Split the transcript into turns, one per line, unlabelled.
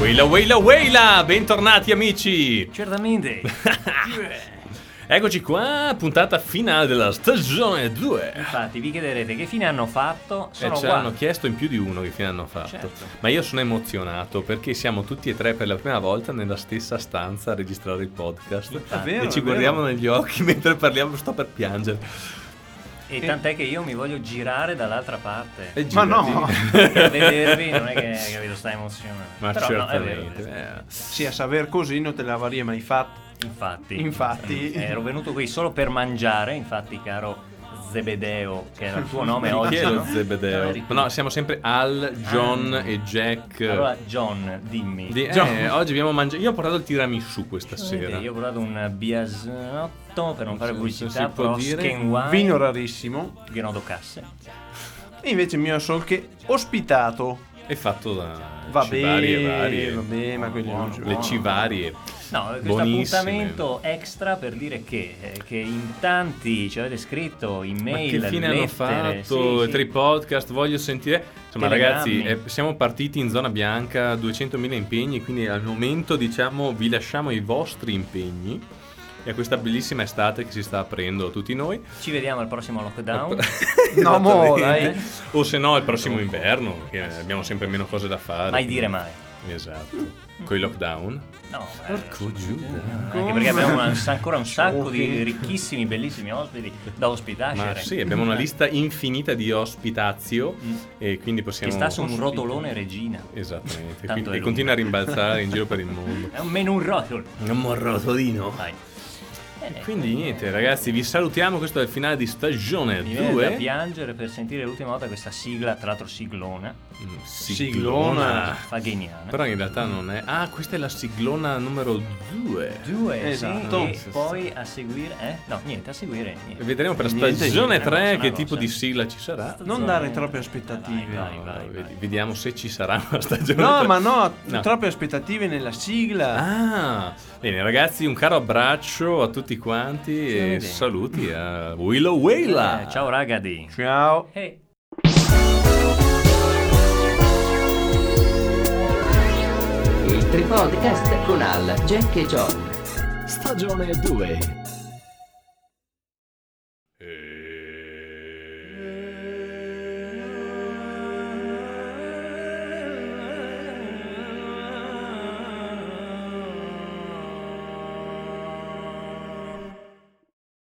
Weila, weila, weila! Bentornati amici!
Certamente.
Eccoci qua, puntata finale della stagione 2.
Infatti, vi chiederete che fine hanno fatto?
E
Sono
ci
qua.
hanno chiesto in più di uno che fine hanno fatto.
Certo.
Ma io sono emozionato perché siamo tutti e tre per la prima volta nella stessa stanza a registrare il podcast.
Infatti.
È vero,
e ci
è
guardiamo negli occhi mentre parliamo, sto per piangere.
E tant'è che io mi voglio girare dall'altra parte.
E
Ma
girati.
no.
Per vedervi non è che capito, sta emozionando.
Ma
Però no, è vero,
certamente.
è vero.
Eh,
Sì, a saper così non te l'avrei mai fatto.
Infatti.
Infatti.
Eh, Ero venuto qui solo per mangiare, infatti, caro Zebedeo, che era il tuo nome oggi.
Chi è lo
no?
Zebedeo?
Allora,
Ma no, siamo sempre Al, John e Jack.
Ah. Allora, John, dimmi.
Di- eh,
John.
oggi abbiamo mangiato. Io ho portato il tiramisù questa sera.
Io ho provato un biasnotto per non fare
Se- se
pubblicità,
si può
però
dire,
Skin Wine,
Vino rarissimo.
Ghenodo Casse.
E invece il mio solche ospitato.
È fatto da
Va
civarie
bene,
varie.
va bene, ma quelli non ci-
Le
no.
civarie.
No, questo
Buonissime.
appuntamento extra per dire che, eh, che in tanti ci avete scritto
Ma
email,
che fine hanno
lettere,
fatto?
sì, sì.
Tre podcast, voglio sentire. Insomma,
Telegrammi.
ragazzi, eh, siamo partiti in zona bianca, 200.000 impegni. Quindi al momento, diciamo, vi lasciamo i vostri impegni. E a questa bellissima estate che si sta aprendo a tutti noi.
Ci vediamo al prossimo lockdown.
Esatto.
No, mo,
Esattamente.
dai.
O se no, il prossimo inverno, perché abbiamo sempre meno cose da fare.
mai dire mai.
Esatto. Con i lockdown.
No, eh,
Porco Giuda.
anche perché abbiamo una- ancora un sacco di ricchissimi, bellissimi ospiti da ospitare. Eh,
Ma sì, abbiamo una lista infinita di ospitazio e quindi
Mm. che
possiamo...
sta su un
ospiti.
rotolone regina.
Esattamente, quindi-
Tanto è
e
lungo.
continua a rimbalzare in giro per il mondo.
È un menù rotolo.
Un morrotolino.
Vai. Eh, Bene,
Quindi niente ragazzi, vi salutiamo, questo è il finale di stagione
Mi viene da
2.
piangere per sentire l'ultima volta questa sigla, tra l'altro siglona,
Mm,
Siglona.
fagheniana.
Però in realtà non è... Ah, questa è la siglona numero 2.
Due,
Esatto.
sì,
Sì, sì,
e poi a seguire, eh? No, niente, a seguire niente.
Vedremo per la
Niente,
stagione
niente, una
3
cosa,
che
una
tipo
cosa.
di sigla ci sarà.
Non dare troppe aspettative.
Vai,
No,
vai,
vedi-
vai.
Vediamo se ci sarà una stagione
No,
tre.
ma no,
No.
troppe aspettative nella sigla.
Ah, bene ragazzi, un caro abbraccio a tutti quanti e
bene.
saluti a Willow Wayla.
Eh, ciao ragazzi.
Ciao.
Hey.
Il Tripodcast con Al, Jack e John. Stagione 2.